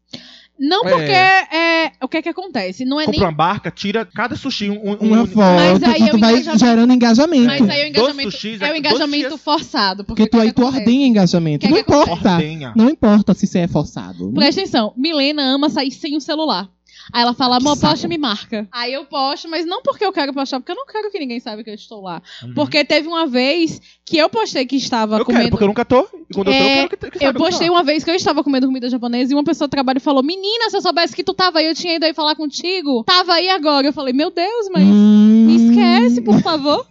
[SPEAKER 2] Não
[SPEAKER 3] É.
[SPEAKER 2] porque é, o que é que acontece? Não é
[SPEAKER 3] Compra
[SPEAKER 2] nem.
[SPEAKER 3] uma barca, tira cada sushi um, um,
[SPEAKER 4] Uma
[SPEAKER 3] um-
[SPEAKER 4] foto,
[SPEAKER 2] aí
[SPEAKER 4] e
[SPEAKER 2] é
[SPEAKER 4] tu
[SPEAKER 2] o
[SPEAKER 4] vai
[SPEAKER 2] engajamento.
[SPEAKER 4] gerando engajamento.
[SPEAKER 2] Mas aí é o
[SPEAKER 3] Dois
[SPEAKER 2] engajamento.
[SPEAKER 3] sushis,
[SPEAKER 2] É o
[SPEAKER 3] dois
[SPEAKER 2] engajamento
[SPEAKER 3] dias.
[SPEAKER 2] forçado. Porque,
[SPEAKER 4] porque tu
[SPEAKER 2] o que
[SPEAKER 4] aí
[SPEAKER 2] que
[SPEAKER 4] tu
[SPEAKER 2] acontece?
[SPEAKER 4] ordenha engajamento.
[SPEAKER 2] Que
[SPEAKER 4] não
[SPEAKER 2] que
[SPEAKER 3] Tá.
[SPEAKER 2] acontece?
[SPEAKER 4] importa.
[SPEAKER 3] Ordenha.
[SPEAKER 4] Não importa se você é forçado.
[SPEAKER 2] Presta atenção, Milena ama sair sem o celular. Aí ela fala,
[SPEAKER 4] Que
[SPEAKER 2] amor,
[SPEAKER 4] saco.
[SPEAKER 2] posta e me marca. Aí eu posto, mas não porque eu quero postar, porque eu não quero que ninguém saiba que eu estou lá.
[SPEAKER 3] Uhum.
[SPEAKER 2] Porque teve uma vez que eu postei que estava
[SPEAKER 3] Eu
[SPEAKER 2] comendo.
[SPEAKER 3] quero, porque eu nunca tô. E quando eu tô, eu
[SPEAKER 2] É,
[SPEAKER 3] quero que, que
[SPEAKER 2] Eu
[SPEAKER 3] saiba que tá.
[SPEAKER 2] postei
[SPEAKER 3] tô.
[SPEAKER 2] uma vez que eu estava comendo comida japonesa e uma pessoa do trabalho falou: Menina, se eu soubesse que tu tava aí, eu tinha ido aí falar contigo. Tava aí agora. Eu falei: Meu Deus, mas
[SPEAKER 4] Hum,
[SPEAKER 2] me esquece, por favor.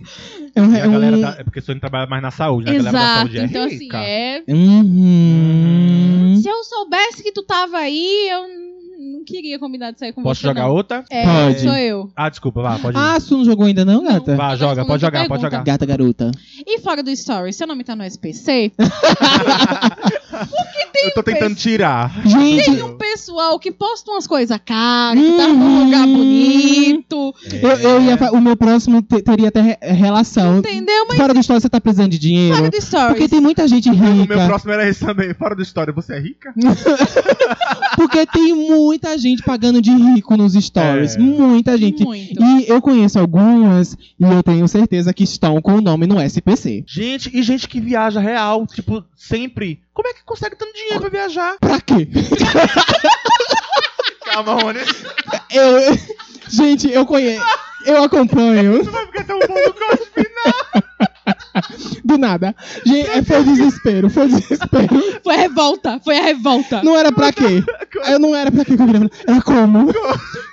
[SPEAKER 4] É um,
[SPEAKER 3] E a
[SPEAKER 4] é um-
[SPEAKER 3] galera da- É porque você não trabalha mais na saúde, né? A galera da
[SPEAKER 2] Exato.
[SPEAKER 3] saúde é
[SPEAKER 2] então, assim,
[SPEAKER 3] rica.
[SPEAKER 2] é.
[SPEAKER 4] Uhum.
[SPEAKER 2] Se eu soubesse que tu tava aí, eu n- não queria combinar de sair com
[SPEAKER 3] Posso
[SPEAKER 2] você.
[SPEAKER 3] jogar
[SPEAKER 2] não.
[SPEAKER 3] outra?
[SPEAKER 2] É,
[SPEAKER 4] Pode.
[SPEAKER 2] sou eu.
[SPEAKER 3] Ah, desculpa, vá, pode ir.
[SPEAKER 4] Ah, tu não jogou ainda não, tá. gata?
[SPEAKER 3] Vá,
[SPEAKER 2] eu
[SPEAKER 3] joga,
[SPEAKER 2] respondo
[SPEAKER 3] pode
[SPEAKER 2] a
[SPEAKER 3] jogar, pode
[SPEAKER 2] pergunta.
[SPEAKER 3] jogar.
[SPEAKER 4] Gata garota.
[SPEAKER 2] E fora do story, seu nome tá no SPC?
[SPEAKER 3] Eu tô tentando tirar.
[SPEAKER 4] Gente,
[SPEAKER 2] Tem um pessoal que posta umas coisas caras, que tá num
[SPEAKER 4] Uhum.
[SPEAKER 2] lugar bonito.
[SPEAKER 4] eu, eu ia fa- o meu próximo te- teria até re- relação.
[SPEAKER 2] Entendeu? Mas
[SPEAKER 4] Fora do história, você tá precisando de
[SPEAKER 2] fora
[SPEAKER 4] Tá, dinheiro?
[SPEAKER 2] do story.
[SPEAKER 4] Porque tem muita gente
[SPEAKER 3] O meu
[SPEAKER 4] rica.
[SPEAKER 3] próximo era esse também, fora da história. Você é rica?
[SPEAKER 4] Porque tem muita gente pagando de rico nos stories.
[SPEAKER 3] É.
[SPEAKER 4] Muita gente.
[SPEAKER 2] Muito.
[SPEAKER 4] E eu conheço algumas e eu tenho certeza que estão com o nome no SPC.
[SPEAKER 3] Gente, e gente que viaja real, tipo, sempre. Como é que consegue tanto dinheiro pra viajar?
[SPEAKER 4] Pra quê?
[SPEAKER 3] Calma, Rony.
[SPEAKER 4] Eu... Gente, eu conheço. Eu acompanho.
[SPEAKER 3] Não vai ficar tão bom no corte.
[SPEAKER 4] Do nada. Gente, é, foi desespero. Foi desespero.
[SPEAKER 2] Foi a revolta, foi a revolta.
[SPEAKER 4] Não era pra quê? Eu não era pra quê que eu queria falar. Era como?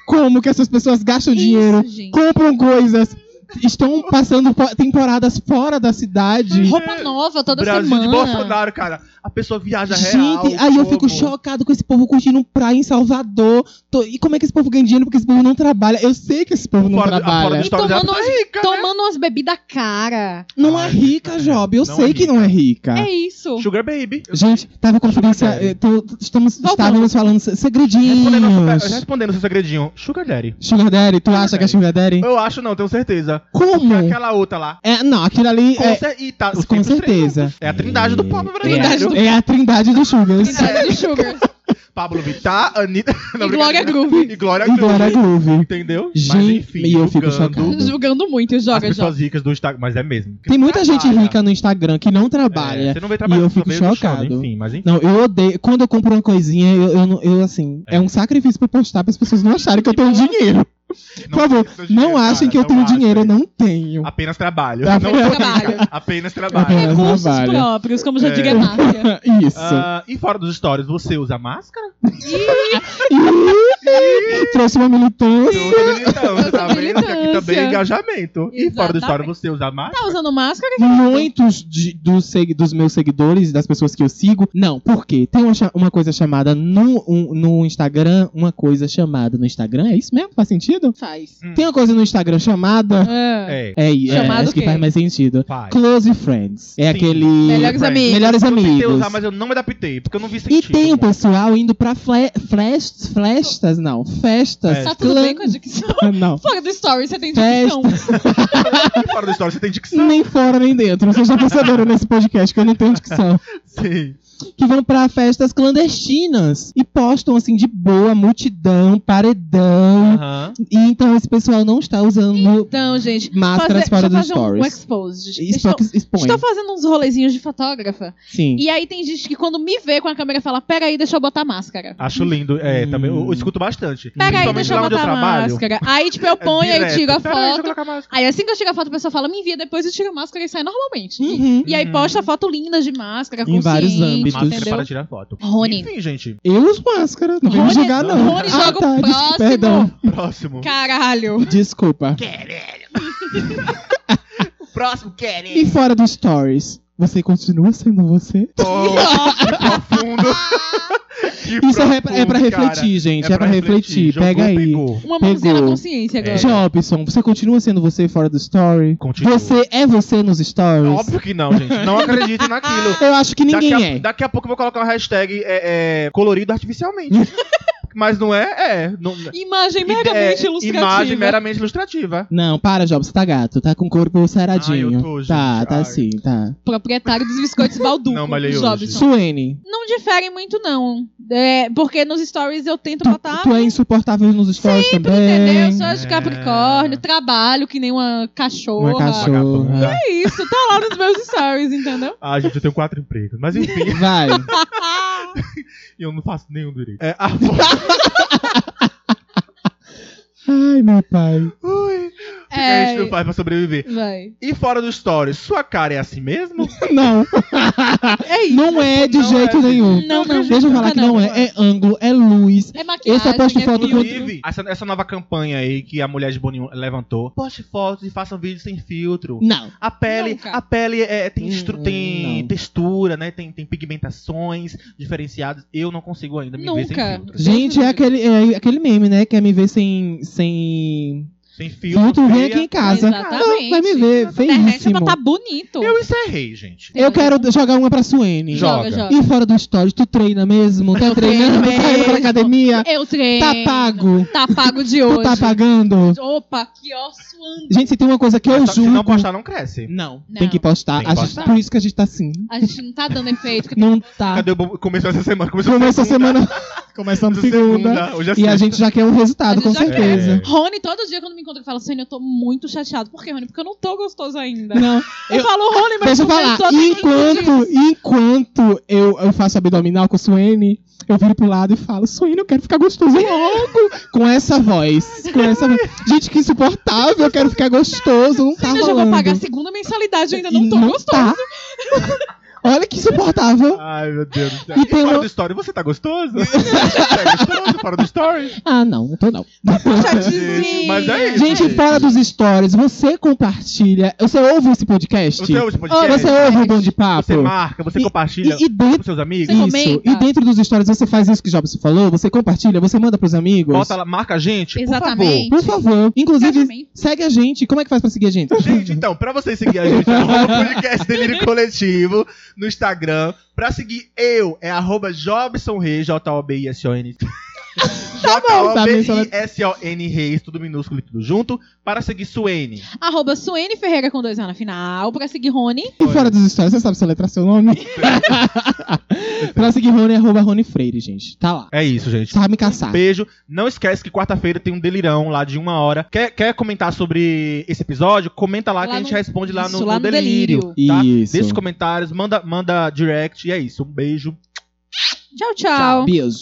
[SPEAKER 4] Como que essas pessoas gastam dinheiro
[SPEAKER 2] Isso, gente.
[SPEAKER 4] compram coisas, estão passando fo- temporadas fora da cidade.
[SPEAKER 2] Roupa nova toda
[SPEAKER 3] Brasil de
[SPEAKER 2] semana.
[SPEAKER 3] Bolsonaro, cara. A pessoa viaja real.
[SPEAKER 4] Gente, aí eu
[SPEAKER 3] como?
[SPEAKER 4] fico chocado com esse povo curtindo praia em Salvador. Tô- E como é que esse povo ganha dinheiro? Porque esse povo não trabalha. Eu sei que esse povo não
[SPEAKER 3] Fora do- a fora
[SPEAKER 4] trabalha.
[SPEAKER 3] do- História
[SPEAKER 2] E
[SPEAKER 3] da
[SPEAKER 2] tomando, umas,
[SPEAKER 3] rica, né?
[SPEAKER 2] tomando umas bebidas cara.
[SPEAKER 4] Não é
[SPEAKER 3] Ai,
[SPEAKER 4] rica,
[SPEAKER 3] é,
[SPEAKER 4] Job. Eu
[SPEAKER 3] não
[SPEAKER 4] sei
[SPEAKER 3] é
[SPEAKER 4] que não é rica.
[SPEAKER 2] É isso.
[SPEAKER 3] Sugar Baby. Eu
[SPEAKER 4] Gente, tava com conferência.
[SPEAKER 3] Daddy.
[SPEAKER 4] eh, tô- Estamos,
[SPEAKER 2] Voltamos.
[SPEAKER 4] estávamos falando se-
[SPEAKER 3] Respondendo, ao seu-
[SPEAKER 4] segredinhos.
[SPEAKER 3] respondendo o seu segredinho, Sugar Daddy.
[SPEAKER 4] Sugar Daddy, tu
[SPEAKER 3] Sugar
[SPEAKER 4] acha que é
[SPEAKER 3] Daddy.
[SPEAKER 4] Sugar Daddy?
[SPEAKER 3] Eu acho não, tenho certeza.
[SPEAKER 4] Como?
[SPEAKER 3] Porque aquela outra lá.
[SPEAKER 4] É, não, aquilo ali
[SPEAKER 3] Com,
[SPEAKER 4] é,
[SPEAKER 3] cer- e tá, os
[SPEAKER 4] com
[SPEAKER 3] cinco
[SPEAKER 4] certeza.
[SPEAKER 3] trezentos. É a trindade do pobre
[SPEAKER 2] Trindade
[SPEAKER 3] brasileiro.
[SPEAKER 2] do-
[SPEAKER 4] É a trindade do Sugar.
[SPEAKER 3] É,
[SPEAKER 2] Cidade do Sugar.
[SPEAKER 3] Pablo Vittar, Anitta.
[SPEAKER 2] E Glória
[SPEAKER 3] brincadeira.
[SPEAKER 2] Groove.
[SPEAKER 3] E Glória
[SPEAKER 4] E Glória
[SPEAKER 3] Groove.
[SPEAKER 4] Groove.
[SPEAKER 3] Entendeu?
[SPEAKER 4] Gente, e eu fico
[SPEAKER 3] julgando
[SPEAKER 4] chocado.
[SPEAKER 2] Julgando muito,
[SPEAKER 3] As
[SPEAKER 2] joga, joga.
[SPEAKER 3] pessoas ricas do Instagram, mas é mesmo.
[SPEAKER 4] Tem muita gente
[SPEAKER 3] Trabalha.
[SPEAKER 4] rica no Instagram que não
[SPEAKER 3] É,
[SPEAKER 4] trabalha.
[SPEAKER 3] você não vê trabalho,
[SPEAKER 4] E eu
[SPEAKER 3] só
[SPEAKER 4] fico
[SPEAKER 3] vê no chão,
[SPEAKER 4] chocado.
[SPEAKER 3] Enfim, mas enfim.
[SPEAKER 4] Não, eu odeio. Quando eu compro uma coisinha, eu, eu, não- eu, assim, é. um sacrifício pra postar para as pessoas não acharem que eu tenho dinheiro. Por favor,
[SPEAKER 3] precisa de
[SPEAKER 4] não
[SPEAKER 3] dinheiro,
[SPEAKER 4] achem
[SPEAKER 3] cara,
[SPEAKER 4] que
[SPEAKER 3] não
[SPEAKER 4] eu
[SPEAKER 3] né?
[SPEAKER 4] tenho
[SPEAKER 3] achem.
[SPEAKER 4] dinheiro, eu não tenho.
[SPEAKER 3] Apenas trabalho.
[SPEAKER 4] Tá
[SPEAKER 3] Não
[SPEAKER 4] vendo?
[SPEAKER 3] sou rica,
[SPEAKER 2] Trabalho.
[SPEAKER 3] Apenas trabalho.
[SPEAKER 4] Apenas
[SPEAKER 2] Recursos
[SPEAKER 4] trabalho.
[SPEAKER 2] próprios, como já
[SPEAKER 3] É.
[SPEAKER 2] diga a Márcia.
[SPEAKER 4] Isso.
[SPEAKER 3] Ah, e fora dos stories, você usa máscara?
[SPEAKER 4] Ih, Trouxe uma militância.
[SPEAKER 3] Eu uso militância,
[SPEAKER 2] Eu
[SPEAKER 3] tá
[SPEAKER 2] sou
[SPEAKER 3] vendo? Que Aqui também é
[SPEAKER 2] militância.
[SPEAKER 3] engajamento. E fora do
[SPEAKER 2] Exatamente.
[SPEAKER 3] story, você usa máscara?
[SPEAKER 2] Tá usando máscara?
[SPEAKER 4] Muitos de- dos, segu- dos meus seguidores, das pessoas que eu sigo, não. Por quê? Tem uma, cha- uma coisa chamada no, um- no Instagram, uma coisa chamada no Instagram. É isso mesmo? Faz sentido?
[SPEAKER 2] Faz.
[SPEAKER 3] Hum.
[SPEAKER 4] Tem uma coisa no Instagram chamada.
[SPEAKER 2] É.
[SPEAKER 3] É.
[SPEAKER 4] É, é
[SPEAKER 2] Chamado
[SPEAKER 4] acho
[SPEAKER 2] o
[SPEAKER 4] que
[SPEAKER 2] quê?
[SPEAKER 4] faz mais sentido.
[SPEAKER 3] Faz.
[SPEAKER 4] Close Friends. É
[SPEAKER 3] Sim.
[SPEAKER 4] aquele.
[SPEAKER 2] Melhores amigos.
[SPEAKER 4] Melhores
[SPEAKER 3] Eu tentei
[SPEAKER 4] amigos.
[SPEAKER 3] usar, mas eu não me adaptei, porque eu não vi
[SPEAKER 4] E
[SPEAKER 3] sentido.
[SPEAKER 4] tem o pessoal indo pra fle- flash, flestas, não. Festas.
[SPEAKER 3] É.
[SPEAKER 2] Tá tudo bem com a
[SPEAKER 4] clã-
[SPEAKER 2] dicção?
[SPEAKER 4] Não.
[SPEAKER 2] Fora do story, você tem dicção.
[SPEAKER 3] E fora do story, você tem dicção.
[SPEAKER 4] Nem fora nem dentro. Vocês já perceberam nesse podcast que eu não tenho dicção.
[SPEAKER 3] Sim.
[SPEAKER 4] Que vão pra festas clandestinas e postam assim de boa, multidão, paredão.
[SPEAKER 3] Aham.
[SPEAKER 4] E então esse pessoal não está usando
[SPEAKER 2] Então, gente.
[SPEAKER 4] máscaras
[SPEAKER 2] fazer-
[SPEAKER 4] fora dos
[SPEAKER 2] deixa eu fazer um, um
[SPEAKER 4] stories.
[SPEAKER 2] expose.
[SPEAKER 4] Expo-
[SPEAKER 2] Estou,
[SPEAKER 4] expõe.
[SPEAKER 2] estou fazendo uns rolezinhos de fotógrafa.
[SPEAKER 4] Sim.
[SPEAKER 2] E aí tem gente que quando me vê com a câmera fala, peraí, deixa eu botar máscara.
[SPEAKER 3] Acho lindo. É, também. Eu, eu escuto bastante.
[SPEAKER 2] Peraí,
[SPEAKER 3] Hum. Principalmente
[SPEAKER 2] deixa
[SPEAKER 3] lá
[SPEAKER 2] eu
[SPEAKER 3] onde eu
[SPEAKER 2] botar a
[SPEAKER 3] trabalho.
[SPEAKER 2] máscara. Aí, tipo, eu
[SPEAKER 3] É
[SPEAKER 2] ponho, aí eu
[SPEAKER 3] direto.
[SPEAKER 2] tiro a
[SPEAKER 3] Peraí, deixa eu
[SPEAKER 2] foto.
[SPEAKER 3] colocar a máscara.
[SPEAKER 2] Aí assim que eu tiro a foto, a pessoa fala, me envia, depois eu tiro a máscara e sai normalmente.
[SPEAKER 4] Uhum.
[SPEAKER 2] E aí
[SPEAKER 3] Uhum.
[SPEAKER 2] posta foto linda de máscara,
[SPEAKER 4] Em vários
[SPEAKER 2] consciente,
[SPEAKER 4] âmbitos.
[SPEAKER 3] Máscara é
[SPEAKER 2] entendeu?
[SPEAKER 3] para tirar foto.
[SPEAKER 2] Rony.
[SPEAKER 3] Enfim, gente.
[SPEAKER 4] Eu uso máscara, não vem me
[SPEAKER 2] Rony-
[SPEAKER 4] julgar, não.
[SPEAKER 2] Rony joga o
[SPEAKER 4] desculpa,
[SPEAKER 2] próximo.
[SPEAKER 4] Perdão,
[SPEAKER 3] Próximo.
[SPEAKER 2] Caralho.
[SPEAKER 4] desculpa.
[SPEAKER 3] Próximo, querem.
[SPEAKER 4] E fora dos stories, você continua sendo você?
[SPEAKER 3] profundo. Que
[SPEAKER 4] Isso é, pra-
[SPEAKER 3] profundo,
[SPEAKER 4] é pra
[SPEAKER 3] cara.
[SPEAKER 4] refletir, gente, é, pra refletir.
[SPEAKER 3] Jogou,
[SPEAKER 4] Pega aí.
[SPEAKER 3] pegou.
[SPEAKER 2] Uma mãozinha na
[SPEAKER 4] Pegou.
[SPEAKER 2] consciência agora.
[SPEAKER 3] É.
[SPEAKER 4] Jobson, você continua sendo você fora do story?
[SPEAKER 3] Continua.
[SPEAKER 4] Você é você nos stories?
[SPEAKER 3] Óbvio que não, gente. Não acredite naquilo.
[SPEAKER 4] Eu acho que ninguém
[SPEAKER 3] daqui a,
[SPEAKER 4] é.
[SPEAKER 3] Daqui a pouco eu vou colocar uma hashtag é, é, colorido artificialmente. Mas não é? É. Não,
[SPEAKER 2] Imagem meramente
[SPEAKER 3] é,
[SPEAKER 2] ilustrativa.
[SPEAKER 3] Imagem meramente ilustrativa.
[SPEAKER 4] Não, para, Jobson, tá gato, tá com o corpo saradinho.
[SPEAKER 3] Ai, eu tô, gente,
[SPEAKER 4] Tá, tá
[SPEAKER 3] ai.
[SPEAKER 4] sim, tá.
[SPEAKER 2] Proprietário dos biscoitos Balduco,
[SPEAKER 3] Não, malhei hoje.
[SPEAKER 2] Jobson.
[SPEAKER 4] Suene,
[SPEAKER 2] Não difere muito, não. É, porque nos stories eu tento
[SPEAKER 4] tu,
[SPEAKER 2] botar...
[SPEAKER 4] tu é insuportável nos stories
[SPEAKER 2] Entendeu?
[SPEAKER 4] também.
[SPEAKER 2] Eu sou
[SPEAKER 3] É.
[SPEAKER 2] de Capricórnio, trabalho que nem uma cachorra.
[SPEAKER 4] Uma cachorra.
[SPEAKER 2] É isso, tá lá nos meus stories, entendeu?
[SPEAKER 3] Ah, gente, eu tenho quatro empregos. Mas enfim,
[SPEAKER 4] Vai.
[SPEAKER 3] eu não faço nenhum direito. É, a foto.
[SPEAKER 4] Ai, meu pai.
[SPEAKER 3] Ui, o que a gente não
[SPEAKER 2] É,
[SPEAKER 3] faz pra sobreviver.
[SPEAKER 2] vai.
[SPEAKER 3] E fora do stories, sua cara é assim mesmo?
[SPEAKER 4] Não.
[SPEAKER 2] É isso.
[SPEAKER 4] Não é de
[SPEAKER 3] Não
[SPEAKER 4] jeito
[SPEAKER 3] é.
[SPEAKER 4] nenhum.
[SPEAKER 2] Não, não.
[SPEAKER 4] Deixa eu falar
[SPEAKER 2] Ah,
[SPEAKER 4] que não
[SPEAKER 2] não.
[SPEAKER 4] é. É ângulo, é luz.
[SPEAKER 2] É maquiagem,
[SPEAKER 4] Esse eu posto
[SPEAKER 2] é
[SPEAKER 4] foto
[SPEAKER 2] filtro.
[SPEAKER 3] Inclusive, essa, essa nova campanha aí que a mulher de Boninho levantou. Poste fotos e façam vídeos sem filtro.
[SPEAKER 4] Não.
[SPEAKER 3] A pele,
[SPEAKER 2] Nunca.
[SPEAKER 3] a pele é, tem,
[SPEAKER 4] Hum,
[SPEAKER 3] estru-
[SPEAKER 4] hum,
[SPEAKER 3] tem
[SPEAKER 4] não.
[SPEAKER 3] textura, né? Tem, tem pigmentações diferenciadas. Eu não consigo ainda me ver sem
[SPEAKER 2] Nunca.
[SPEAKER 3] filtro.
[SPEAKER 4] Gente, é aquele, é aquele meme, né? Quer me ver sem. sem.
[SPEAKER 3] Sem filtro.
[SPEAKER 4] Filtro, vem
[SPEAKER 3] feia.
[SPEAKER 4] aqui em casa.
[SPEAKER 2] Exatamente.
[SPEAKER 4] Não, vai me ver,
[SPEAKER 2] Internet é pra
[SPEAKER 4] feíssimo.
[SPEAKER 2] tá bonito.
[SPEAKER 3] Eu encerrei, gente.
[SPEAKER 4] Eu quero jogar uma pra Suene.
[SPEAKER 3] Joga.
[SPEAKER 4] E fora do stories, tu treina mesmo? Tá
[SPEAKER 2] Eu
[SPEAKER 4] treinando?
[SPEAKER 2] treino
[SPEAKER 4] Tá indo pra
[SPEAKER 2] mesmo.
[SPEAKER 4] academia?
[SPEAKER 2] Eu treino.
[SPEAKER 4] Tá pago.
[SPEAKER 2] Tá pago de
[SPEAKER 4] Tu
[SPEAKER 2] hoje.
[SPEAKER 4] tá pagando?
[SPEAKER 2] Opa, que ó, suando.
[SPEAKER 4] Gente, se tem uma coisa que eu
[SPEAKER 3] Mas só- Se não
[SPEAKER 4] julgo.
[SPEAKER 3] postar, não cresce.
[SPEAKER 4] Não.
[SPEAKER 2] Não.
[SPEAKER 4] Tem que
[SPEAKER 3] Tem
[SPEAKER 4] postar.
[SPEAKER 3] que
[SPEAKER 4] A gente-
[SPEAKER 3] postar.
[SPEAKER 4] Por isso que a gente tá assim.
[SPEAKER 2] A gente não tá dando efeito. que-
[SPEAKER 4] Não tá.
[SPEAKER 3] Cadê o bo- Começou essa semana. Começou
[SPEAKER 4] Começa a semana. Começamos segunda.
[SPEAKER 3] Hoje é
[SPEAKER 4] E a
[SPEAKER 3] sexta.
[SPEAKER 4] gente já quer um resultado,
[SPEAKER 2] A
[SPEAKER 4] com
[SPEAKER 2] gente já quer.
[SPEAKER 4] certeza.
[SPEAKER 2] Rony, todo dia quando me encontra, fala, Sônia, eu tô muito chateado. Por quê, Rony? Porque eu não tô gostoso ainda.
[SPEAKER 4] Não.
[SPEAKER 2] Eu,
[SPEAKER 4] Eu-
[SPEAKER 2] falo, Rony, É. mas
[SPEAKER 4] Deixa eu
[SPEAKER 2] tu
[SPEAKER 4] falar,
[SPEAKER 2] começou a ter
[SPEAKER 4] enquanto, enquanto eu, eu faço abdominal com o Suene, eu viro pro lado e falo, Suene, eu quero ficar gostoso logo. com essa voz. Com essa voz. Gente, que insuportável, eu quero ficar gostoso. Não tá
[SPEAKER 2] Ainda já vou pagar a
[SPEAKER 4] rolando.
[SPEAKER 2] segunda mensalidade, eu ainda
[SPEAKER 4] E
[SPEAKER 2] não tô
[SPEAKER 4] não
[SPEAKER 2] gostoso.
[SPEAKER 4] tá. Olha que insuportável.
[SPEAKER 3] Ai, meu Deus do céu.
[SPEAKER 4] E
[SPEAKER 3] E
[SPEAKER 4] tem
[SPEAKER 3] fora
[SPEAKER 4] uma-
[SPEAKER 3] do story, você tá gostoso? Você tá gostoso fora do story?
[SPEAKER 4] Ah, não, não tô não.
[SPEAKER 2] Chatezinha.
[SPEAKER 3] Mas é isso.
[SPEAKER 4] Gente, fora dos stories, você compartilha. Você ouve esse podcast?
[SPEAKER 3] Você ouve esse
[SPEAKER 4] Ah,
[SPEAKER 3] podcast?
[SPEAKER 4] você ouve o Bom de Papo?
[SPEAKER 3] Você marca, você
[SPEAKER 4] E-
[SPEAKER 3] compartilha
[SPEAKER 4] E, e dentro,
[SPEAKER 3] com seus amigos.
[SPEAKER 2] Você
[SPEAKER 4] isso.
[SPEAKER 2] comenta?
[SPEAKER 4] E dentro dos stories, você faz isso que o Jobs falou? Você compartilha, você manda pros amigos?
[SPEAKER 3] Bota lá, marca a gente.
[SPEAKER 2] Exatamente.
[SPEAKER 4] Por favor. Inclusive,
[SPEAKER 2] Exatamente.
[SPEAKER 4] segue a gente. Como é que faz pra seguir a gente?
[SPEAKER 3] Por favor. Gente, então, pra vocês seguir a gente, arroba podcast Delírio Coletivo no Instagram. Pra seguir eu, é arroba Jobson Reis, J-O-B-I-S-O-N.
[SPEAKER 2] Tá
[SPEAKER 3] J-O-B-I-S-O-N Reis, tudo minúsculo e tudo junto. Para seguir Suene.
[SPEAKER 2] Arroba Suene Ferreira com dois A na final. Pra seguir Rony.
[SPEAKER 4] E fora dos stories, você sabe soletrar seu nome? pra seguir Rony, arroba Rony Freire, gente. Tá lá.
[SPEAKER 3] É isso, gente.
[SPEAKER 4] Sabe me caçar.
[SPEAKER 3] Beijo. Não esquece que quarta-feira tem um delirão lá de uma hora. Quer, quer comentar sobre esse episódio? Comenta lá,
[SPEAKER 2] Lá
[SPEAKER 3] que a gente
[SPEAKER 2] no-
[SPEAKER 3] responde lá no,
[SPEAKER 2] Isso, lá
[SPEAKER 3] no
[SPEAKER 2] no
[SPEAKER 3] delírio.
[SPEAKER 2] Delírio.
[SPEAKER 3] Tá?
[SPEAKER 4] Isso.
[SPEAKER 3] Deixa os comentários, manda, manda direct. E é isso. Um beijo.
[SPEAKER 2] tchau. tchau.
[SPEAKER 4] Beijo.